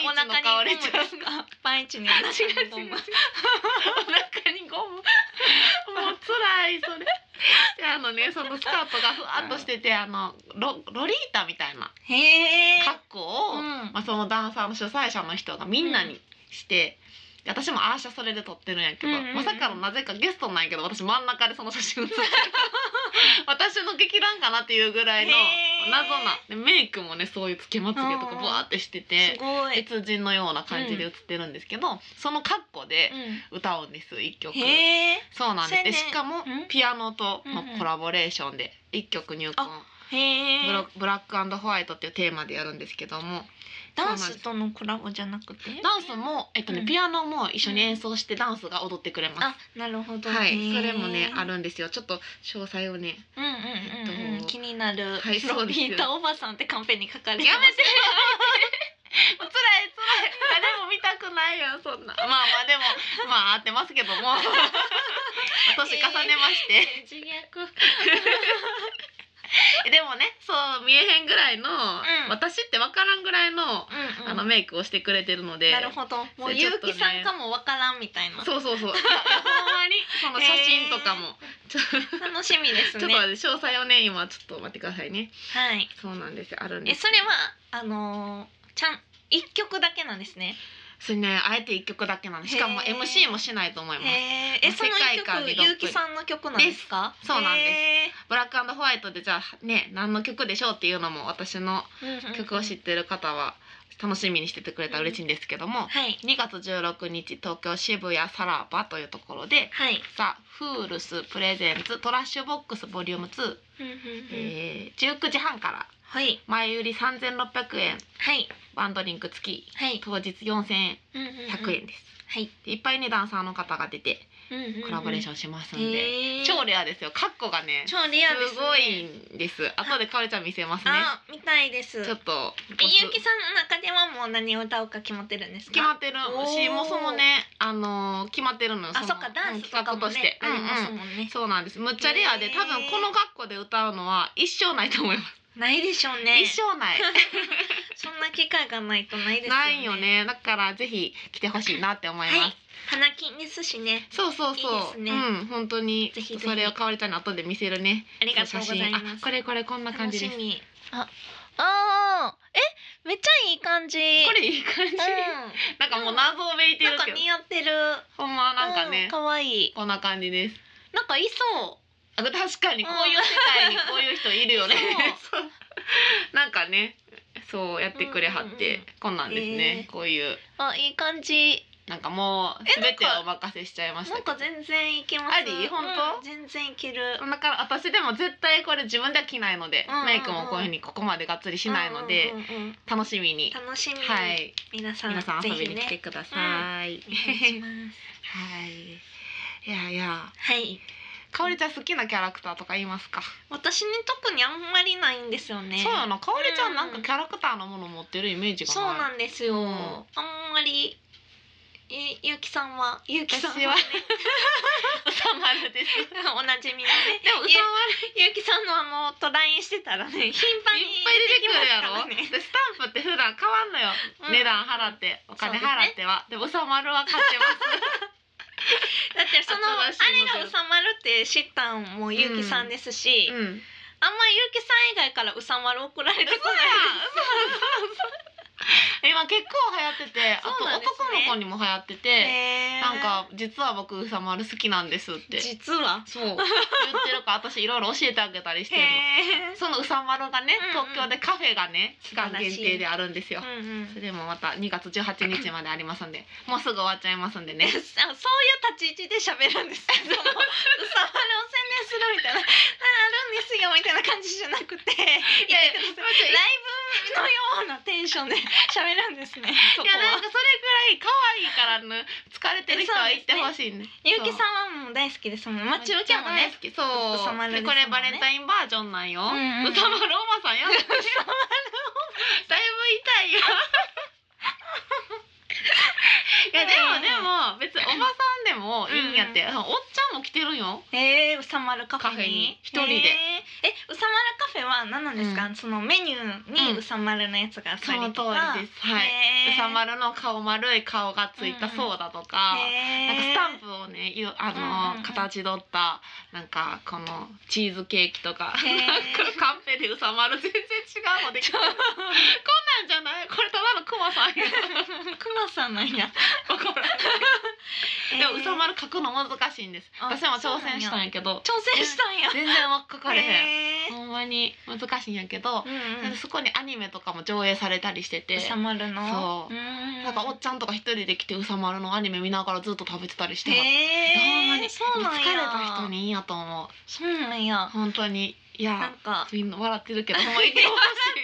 Speaker 2: パ
Speaker 1: お
Speaker 2: ンイチの
Speaker 1: 腹に
Speaker 2: 香織ちゃん
Speaker 1: ゴムですかパンイチにお腹
Speaker 2: 違
Speaker 1: に
Speaker 2: う
Speaker 1: ゴム
Speaker 2: 違うお腹にゴムもう辛いそれであのねそのスカートがふわっとしててあのロロリータみたいな
Speaker 1: へえ
Speaker 2: 格好を、
Speaker 1: うん
Speaker 2: まあ、そのダンサーの主催者の人がみんなにして、私もああしゃそれで撮ってるんやけど、
Speaker 1: うんうんうん
Speaker 2: まさかのなぜかゲストなんやけど私真ん中でその写真写ってる 私の劇団かなっていうぐらいの
Speaker 1: へー
Speaker 2: 謎なでメイクもねそういうつけまつげとか
Speaker 1: うん
Speaker 2: ブワーってして
Speaker 1: す
Speaker 2: て
Speaker 1: ごい。
Speaker 2: 別人のような感じで写ってるんですけど、その格好で
Speaker 1: う
Speaker 2: 歌うんです一曲
Speaker 1: ん、。へえ。
Speaker 2: そうなん
Speaker 1: そ
Speaker 2: です、
Speaker 1: うや
Speaker 2: で
Speaker 1: ね
Speaker 2: しかも
Speaker 1: うん
Speaker 2: ピアノとのコラボレーションで一曲入魂
Speaker 1: へ
Speaker 2: ブ
Speaker 1: え
Speaker 2: ロ。ブラックホワイトっていうテーマでやるんですけども
Speaker 1: ダンスとのコラボじゃなくて。
Speaker 2: ダンスも、えっとね
Speaker 1: うん
Speaker 2: ピアノも一緒に演奏してダンスが踊ってくれます。
Speaker 1: あ、なるほど、
Speaker 2: はい、それもねあ
Speaker 1: る。
Speaker 2: るんですよちょっと詳細 をね
Speaker 1: うんうんうん、うん
Speaker 2: えっと
Speaker 1: 気になる。
Speaker 2: はいそうです
Speaker 1: ピーターおばさんってカンペに書かれ
Speaker 2: やめ
Speaker 1: て
Speaker 2: てや
Speaker 1: ます
Speaker 2: め てもう辛い辛い誰も見たくないよそん なまあまあ でもまあ合ってますけども年重ねまして、
Speaker 1: 自虐。
Speaker 2: でもねそう見えへんぐらいの、
Speaker 1: ん
Speaker 2: 私って分からんぐらいの,、
Speaker 1: うんうん。
Speaker 2: あのメイクをしてくれてるので
Speaker 1: なるほど。も
Speaker 2: そうれちょっ
Speaker 1: 結
Speaker 2: とね
Speaker 1: 城さんかもわからんみたいな。
Speaker 2: そうそう そういやいやほんまにその写真とかも、ちょ
Speaker 1: 楽しみです
Speaker 2: ちょっと
Speaker 1: ね。
Speaker 2: 待って詳細をね今ちょっと待ってくださいね
Speaker 1: はい。
Speaker 2: そうなんですよあるんで
Speaker 1: え、
Speaker 2: す
Speaker 1: それはあのーちゃん一曲だけなんですね。
Speaker 2: それねあえて一曲だけなのしかも
Speaker 1: へー
Speaker 2: MC もしないと思います
Speaker 1: へえ。え、
Speaker 2: もう
Speaker 1: その
Speaker 2: 世界
Speaker 1: 一
Speaker 2: 観
Speaker 1: 曲
Speaker 2: にどっぷり
Speaker 1: 結城さんの曲なんですか？
Speaker 2: ですそうなんです
Speaker 1: へ
Speaker 2: ブラックホワイトでじゃあね何の曲でしょうっていうのも私の
Speaker 1: ー。
Speaker 2: 曲を知
Speaker 1: っ。
Speaker 2: っててる方は楽しみにしててくれたら嬉しいんですけども、
Speaker 1: はい
Speaker 2: 2月16日東京渋谷さらばというところで
Speaker 1: はい。
Speaker 2: 「ザ・フールスプレゼンツトラッシュボックスボリューム2、
Speaker 1: うんうんうん
Speaker 2: えー19時半から
Speaker 1: はい
Speaker 2: 前売り3600円
Speaker 1: はい
Speaker 2: ワンドリンク付き
Speaker 1: はい。
Speaker 2: 当日4100円
Speaker 1: うんうんうん
Speaker 2: です、
Speaker 1: はい。
Speaker 2: でいっぱいねダンサーの方が出てコラボレーショ
Speaker 1: ン
Speaker 2: ンしますんで、
Speaker 1: で
Speaker 2: 超レアですよ。カッコがね、
Speaker 1: 超リアルですね。
Speaker 2: すごいんです。後でかおりちゃん見せますね。
Speaker 1: あ、みたいです。
Speaker 2: ちょっと
Speaker 1: え、ゆきさんの中ではもう何を歌うか決まってるんですか？
Speaker 2: 決まってる
Speaker 1: おー
Speaker 2: し、もうそのね、あのー決まってるのよ。
Speaker 1: あ、
Speaker 2: の
Speaker 1: そっかダンスとか
Speaker 2: う
Speaker 1: も
Speaker 2: ん企画として
Speaker 1: ね、、あります
Speaker 2: うんうん
Speaker 1: もんね。
Speaker 2: そうなんです。むっちゃレアで、
Speaker 1: へー
Speaker 2: 多分この学校で歌うのは一生ないと思います。
Speaker 1: ないでしょうね。
Speaker 2: 一生ない。
Speaker 1: そんな機会がないとないですよね。
Speaker 2: ないよ。ね。だからぜひ来てほしいなって思い
Speaker 1: は
Speaker 2: ま
Speaker 1: い
Speaker 2: す。。
Speaker 1: 花金ですしね。
Speaker 2: そうそうそう。
Speaker 1: いいですね
Speaker 2: うん、本当に
Speaker 1: ぜひぜひ
Speaker 2: それをかおりちゃんに後で見せるね。
Speaker 1: ありがとうござい
Speaker 2: そう写
Speaker 1: ま
Speaker 2: 真
Speaker 1: す。
Speaker 2: あこれこれこんな感じです
Speaker 1: 楽し。み。あ、あーえ、めっちゃいい感じ。
Speaker 2: これいい感じ。
Speaker 1: う
Speaker 2: なんかもう謎をめいて
Speaker 1: ん。な
Speaker 2: る
Speaker 1: んか
Speaker 2: けど、
Speaker 1: 似合ってる。
Speaker 2: ほんまなんかね、
Speaker 1: うん可愛い。
Speaker 2: こんな感じです。
Speaker 1: なんかいそう。
Speaker 2: あ確かにこういう世界にこういう人いるよね。 そう なんかね、そうやってくれはって、
Speaker 1: うんうんうん
Speaker 2: こんなんですね。
Speaker 1: えー
Speaker 2: こういう
Speaker 1: あ、いい感じ。
Speaker 2: なんかもう
Speaker 1: え
Speaker 2: すべて
Speaker 1: なんか
Speaker 2: お任せしちゃいました
Speaker 1: な
Speaker 2: け
Speaker 1: ん
Speaker 2: ど。
Speaker 1: か全然いけます。
Speaker 2: あり本当
Speaker 1: うん全然いける。
Speaker 2: だから私でも絶対これ自分では着ないので、
Speaker 1: うんうんうん
Speaker 2: メイクもこういうふうにここまでがっつりしないので、
Speaker 1: うんうんうんうん
Speaker 2: 楽しみに。
Speaker 1: 楽しみに。
Speaker 2: はい、
Speaker 1: 皆さん、
Speaker 2: 皆さん
Speaker 1: ぜ
Speaker 2: 遊び
Speaker 1: ひ
Speaker 2: に来て
Speaker 1: ね。
Speaker 2: くだ
Speaker 1: お
Speaker 2: さい。
Speaker 1: 願いします。
Speaker 2: はい。いやいや、
Speaker 1: はい。
Speaker 2: かおりちゃん好きなキャラクターとかいますか。
Speaker 1: 私に特にあんまりないんですよね。
Speaker 2: そうやな、かおりちゃ
Speaker 1: うん
Speaker 2: んなんかキャラクターのもの持ってるイメージが
Speaker 1: そう
Speaker 2: な。
Speaker 1: ないんですよ。
Speaker 2: うん
Speaker 1: あんまり。え、ゆうきさんは、ゆうきさん
Speaker 2: 私は収まるです。
Speaker 1: おなじみのね。
Speaker 2: でも
Speaker 1: ゆ
Speaker 2: 収まる。
Speaker 1: ゆうきさんの、あの、トラインしてたらね、頻繁に
Speaker 2: いっぱい出てくるやろ。
Speaker 1: 出てきますからね
Speaker 2: でスタンプって普段変わんのよ。
Speaker 1: うん
Speaker 2: 値段払ってお金払っては、でも収まるは買ってま
Speaker 1: だって、その、あ
Speaker 2: 新しいの出る
Speaker 1: れが収まるって知ったんもゆうきさんです し。
Speaker 2: す。うん。
Speaker 1: あんまゆうきさん以外から、うさまる送られてこない
Speaker 2: 今結構流行ってて、あ
Speaker 1: そう
Speaker 2: と
Speaker 1: なんですね
Speaker 2: 男の子にも流行って
Speaker 1: で
Speaker 2: て、
Speaker 1: へー
Speaker 2: なんか実は僕うさまる好きなんですって。
Speaker 1: 実は。
Speaker 2: そう言ってるから私いろいろ教えてあげたりしてるの。
Speaker 1: へー
Speaker 2: そのうさまるがね、
Speaker 1: うんうん
Speaker 2: 東京でカフェがね期間限定であるんですよ
Speaker 1: う。んうん
Speaker 2: そ。れもまた2月18日までありますんで、もうすぐ終わっちゃいますんでね
Speaker 1: あ。そういう立ち位置で喋るんですけどそのうさわるを宣伝するみたいなああるんですよみたいな感じじゃなくて
Speaker 2: いやいや
Speaker 1: 言ってくださいライブのようなテンションで喋るんですねそ
Speaker 2: い
Speaker 1: こ
Speaker 2: やなん
Speaker 1: は
Speaker 2: かそれぐらい可愛いからね疲れてる人は行ってほしいね。
Speaker 1: ゆうきさ
Speaker 2: ん
Speaker 1: んはもう大好きですもん待ち受けもね
Speaker 2: 好き。そう
Speaker 1: うさま。る
Speaker 2: で
Speaker 1: ですもんね
Speaker 2: これバレンタインバージョンなんよ。う
Speaker 1: うんうん
Speaker 2: さまるおば さんやだ。うさまるだい ぶ痛いよ。いやでもでも別におばさんでもいいんやって、おっちゃんも来てるよ
Speaker 1: えー、うさまるカフェに
Speaker 2: カフェに一人で
Speaker 1: えーえうさまるカフェは何なんですか、
Speaker 2: う
Speaker 1: そのメニュー
Speaker 2: う
Speaker 1: に
Speaker 2: ん
Speaker 1: うさまるのやつがあった
Speaker 2: その
Speaker 1: り
Speaker 2: 通
Speaker 1: とか、
Speaker 2: りですはい、
Speaker 1: へー
Speaker 2: うさまるの顔丸い顔がついたそうだとか、なんかスタン
Speaker 1: プ
Speaker 2: プをねゆあ
Speaker 1: うんうんう
Speaker 2: の、
Speaker 1: ん
Speaker 2: 形取ったなんかこのチーズケーキとか、
Speaker 1: へー
Speaker 2: カンペでうさまる全然違うのできたこんなんじゃないこれただのクマさんや
Speaker 1: クマさんなんや、
Speaker 2: わからんでもうさま
Speaker 1: る
Speaker 2: る書くの難しいんです
Speaker 1: あ
Speaker 2: 私も挑戦したんやけど
Speaker 1: 挑戦したんや、
Speaker 2: 全然わかかれへん
Speaker 1: へー
Speaker 2: ほんまに難しいんやけど、
Speaker 1: うんうん
Speaker 2: そこにアニメとかも上映されたりしてて
Speaker 1: うさまるの
Speaker 2: そう
Speaker 1: うん
Speaker 2: なんかおっちゃんとか一人で来てうさまるのアニメ見ながらずっと食べてたりしてはってほんま
Speaker 1: へえ
Speaker 2: に
Speaker 1: そうなんや
Speaker 2: 疲れた人にいいやと思う
Speaker 1: そうなんや
Speaker 2: 本当にい
Speaker 1: な
Speaker 2: や
Speaker 1: んか
Speaker 2: みんな笑ってるけどほんま言ってほし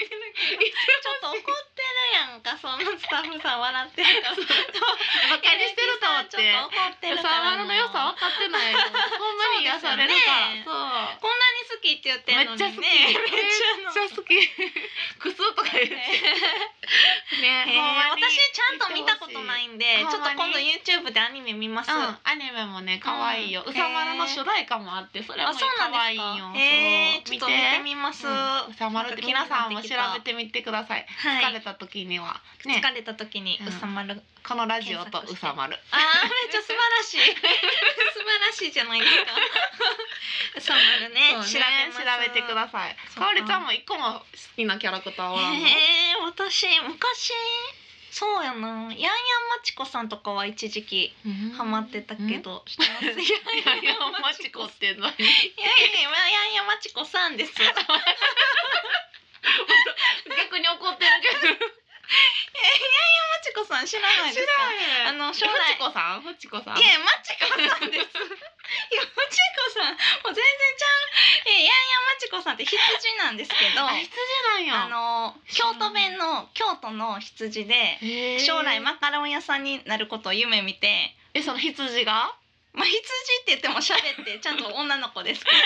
Speaker 2: い
Speaker 1: ちょっと怒ってるやんかそのスタッフさん笑ってる から
Speaker 2: バカにしてると思って
Speaker 1: ちょっと怒って
Speaker 2: う
Speaker 1: るから
Speaker 2: さまるの良さ分かってないほんまに癒されるからそう,、
Speaker 1: こんなに好きって言ってんのにね
Speaker 2: めっちゃ好きめっ
Speaker 1: め
Speaker 2: ち
Speaker 1: っちゃ
Speaker 2: ゃ好きくすとか言ってね
Speaker 1: えー私ちゃんと見たことないんでちょっ
Speaker 2: ほ
Speaker 1: と
Speaker 2: んまに
Speaker 1: 今度 YouTube でアニメ見ます、
Speaker 2: うん、アニメもね可愛いよ、
Speaker 1: う
Speaker 2: うんさまるの主題歌もあってそれも
Speaker 1: あそうなん
Speaker 2: 可愛い
Speaker 1: です
Speaker 2: よ
Speaker 1: かえー、
Speaker 2: そう
Speaker 1: ちょっと見てみます、
Speaker 2: うんうさまるって皆さんも調べてみてください、
Speaker 1: はい
Speaker 2: 疲れた時にはね
Speaker 1: 疲れた時に
Speaker 2: うん
Speaker 1: うさまる、
Speaker 2: このラジオとうさまる
Speaker 1: あーめっちゃ素晴らしい 素晴らしいじゃないですかう さまるね
Speaker 2: そうね
Speaker 1: 調べます
Speaker 2: 調べてください
Speaker 1: そうか
Speaker 2: かおりちゃんも一個も好きなキャラクターおらんの、
Speaker 1: えー、私昔そうやなやんやんまちこさんとかは一時期
Speaker 2: うん
Speaker 1: ハマってたけど、知 ってますやん
Speaker 2: いやいやマチコって何芸
Speaker 1: いやいやいや、やんやまちこさんです。いやいや
Speaker 2: 逆に怒ってるけど
Speaker 1: まちこさん知らないですか。
Speaker 2: ら
Speaker 1: あの将来
Speaker 2: マチコさんマチコさん
Speaker 1: いや、まちこさんです。いや、 まちこさん、もう全然ちゃう。いや、やんやまちこさんって羊なんですけど。
Speaker 2: あ羊な
Speaker 1: あ
Speaker 2: んや
Speaker 1: の、京都弁の、京都の羊で。
Speaker 2: へー
Speaker 1: 将来マカロン屋さんになることを夢見て。
Speaker 2: えその羊が
Speaker 1: まあ、羊って言っても喋ってちゃんと女の子ですけど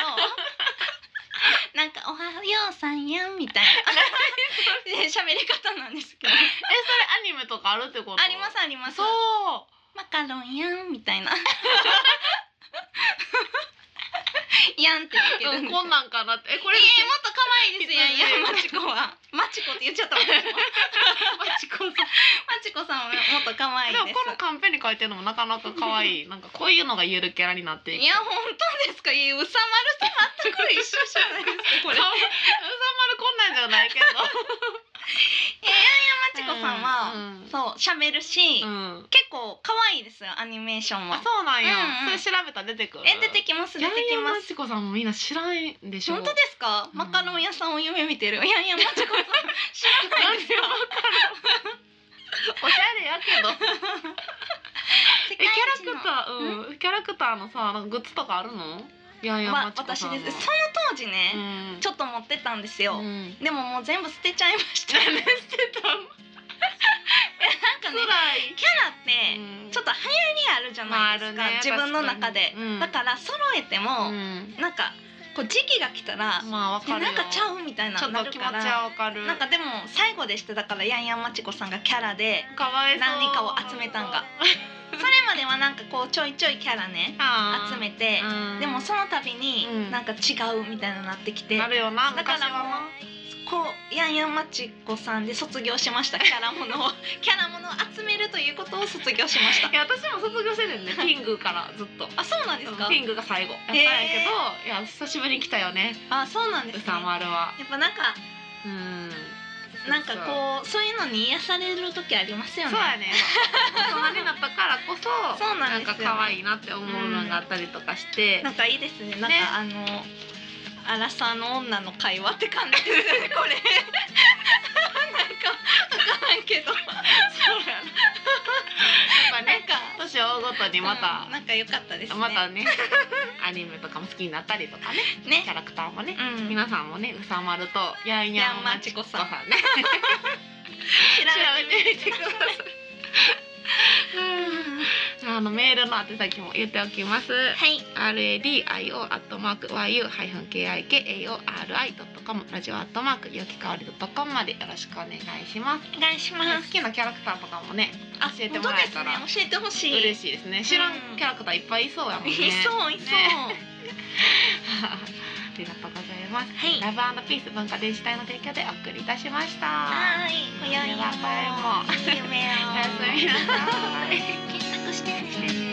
Speaker 1: なんか「おはようさんやん」みたいな喋り方なんですけど
Speaker 2: えそれアニメとかあるってこと
Speaker 1: ありますあります
Speaker 2: そう
Speaker 1: マカロンやんみたいなやんって言ってるん
Speaker 2: うん
Speaker 1: ですよ
Speaker 2: こんなんかなってえこ
Speaker 1: え
Speaker 2: れ
Speaker 1: ー、もっと可愛いですやんやん
Speaker 2: 羊
Speaker 1: マチコはマチコって言っちゃった私も
Speaker 2: マチコさん
Speaker 1: マチコさんはもっと可愛い
Speaker 2: でも
Speaker 1: です
Speaker 2: このカンペに書いてるのもなかなか可愛いなんかこういうのがゆるキャラになっていく
Speaker 1: いや本当ですかいやうさまると全く一緒じゃないですかこ
Speaker 2: こ
Speaker 1: れ
Speaker 2: れうさまるこんなんじゃない けど
Speaker 1: マチコさんは、
Speaker 2: うん
Speaker 1: そう喋るし、
Speaker 2: うん
Speaker 1: 結構可愛いですよアニメーション
Speaker 2: あ
Speaker 1: は
Speaker 2: そうなんや
Speaker 1: うんうん
Speaker 2: それ調べたら出てくる
Speaker 1: え出てきます出てき
Speaker 2: ヤンヤ
Speaker 1: ま
Speaker 2: ンマ
Speaker 1: す
Speaker 2: チコさんもみんな知らんでしょ
Speaker 1: 本当ですか、
Speaker 2: うん
Speaker 1: マカロン屋さんを夢見てるいやいやマチコさん知らないですよ
Speaker 2: おしゃれやけど
Speaker 1: 世
Speaker 2: え
Speaker 1: 界
Speaker 2: キ
Speaker 1: 一
Speaker 2: ャ
Speaker 1: の
Speaker 2: ラクターうんキャラクターのさなんかグッズとかあるのヤンヤンマ
Speaker 1: は
Speaker 2: チコ
Speaker 1: 私
Speaker 2: さんの
Speaker 1: ですその当時ね、
Speaker 2: うん
Speaker 1: ちょっと持ってたんです
Speaker 2: と
Speaker 1: よ、
Speaker 2: うん
Speaker 1: でももう全部捨てちゃいましたなん
Speaker 2: 何してたの
Speaker 1: かね
Speaker 2: 辛い
Speaker 1: キャラってちょっ
Speaker 2: っ
Speaker 1: と流行りあるじゃないですか、
Speaker 2: まああるね
Speaker 1: 自分の中で
Speaker 2: 確、かにうん
Speaker 1: だから揃えても、なんかこう時期が来たら、
Speaker 2: まあわか
Speaker 1: え
Speaker 2: るよ
Speaker 1: なんかちゃうみたいな
Speaker 2: ちょっ
Speaker 1: な
Speaker 2: と
Speaker 1: る
Speaker 2: 気
Speaker 1: か
Speaker 2: 持ち
Speaker 1: ら
Speaker 2: はわかる
Speaker 1: なんかでも最後でしてだからヤンヤンまちこさんがキャラで
Speaker 2: かわいそう
Speaker 1: 何かを集めたんがそれまではなんかこうちょいちょいキャラね
Speaker 2: あー
Speaker 1: 集めて
Speaker 2: うん
Speaker 1: でもその度に
Speaker 2: うん
Speaker 1: なんか違うみたいなのになってきて
Speaker 2: なるよな
Speaker 1: だから
Speaker 2: 昔はな
Speaker 1: こうヤンヤンまちこさんで卒業しましたキャラも のをキャラものを集めるということを卒業しました
Speaker 2: いや私も卒業してる んねピングからずっと
Speaker 1: あそうなんですか
Speaker 2: ピングが最後やったんやけどいや久しぶりに来たよね
Speaker 1: あそうなんで
Speaker 2: う
Speaker 1: すね
Speaker 2: さまるは
Speaker 1: やっぱなんか
Speaker 2: うん
Speaker 1: なんかこうそういうのに癒される時あります
Speaker 2: そ
Speaker 1: よ
Speaker 2: う
Speaker 1: ね
Speaker 2: やね大人になったからこそ
Speaker 1: そうなんですよ
Speaker 2: か可愛いなって思うのがあったりとかして
Speaker 1: なんかいいですね。なんか、
Speaker 2: ね
Speaker 1: あの。アラサーの女の会話って感じですよね。これ。なんか、わからんけど。
Speaker 2: そうやなやっぱ
Speaker 1: なん
Speaker 2: ね
Speaker 1: か。
Speaker 2: 年を追うごとにま
Speaker 1: う
Speaker 2: た
Speaker 1: んなんか良かったですね。
Speaker 2: またねアニメとかも好きになったりとかねキ
Speaker 1: ね。
Speaker 2: ャラクターもね
Speaker 1: うん。
Speaker 2: 皆さんもねうさまるとやんやんまちこさんね
Speaker 1: 調
Speaker 2: 調べ
Speaker 1: べてみて
Speaker 2: てみてく
Speaker 1: く
Speaker 2: だ
Speaker 1: だ
Speaker 2: さ
Speaker 1: さ
Speaker 2: い
Speaker 1: い。
Speaker 2: あのメールの宛先も言っておきます。
Speaker 1: はい。
Speaker 2: radio アットマーク yu ハイフン k i k a o r i ドットコムラジオアットマークよきかおりドットコムまでよろしくお願いします。
Speaker 1: お願いし
Speaker 2: 好
Speaker 1: ます。
Speaker 2: きなキャラクターとかもね
Speaker 1: あ
Speaker 2: 教えてもらえたら
Speaker 1: 本当ですね。教えてほしい。
Speaker 2: 嬉しいですね。知らんキャラクターいっぱいいそうやもんね。
Speaker 1: い そういそう。。
Speaker 2: ねありがとうございます。
Speaker 1: はい
Speaker 2: ラブピース文化電子体の提供でお送りいたしました。
Speaker 1: はーい、今宵も
Speaker 2: 今宵 も
Speaker 1: いい夢を
Speaker 2: おやすみなさい
Speaker 1: 検索してね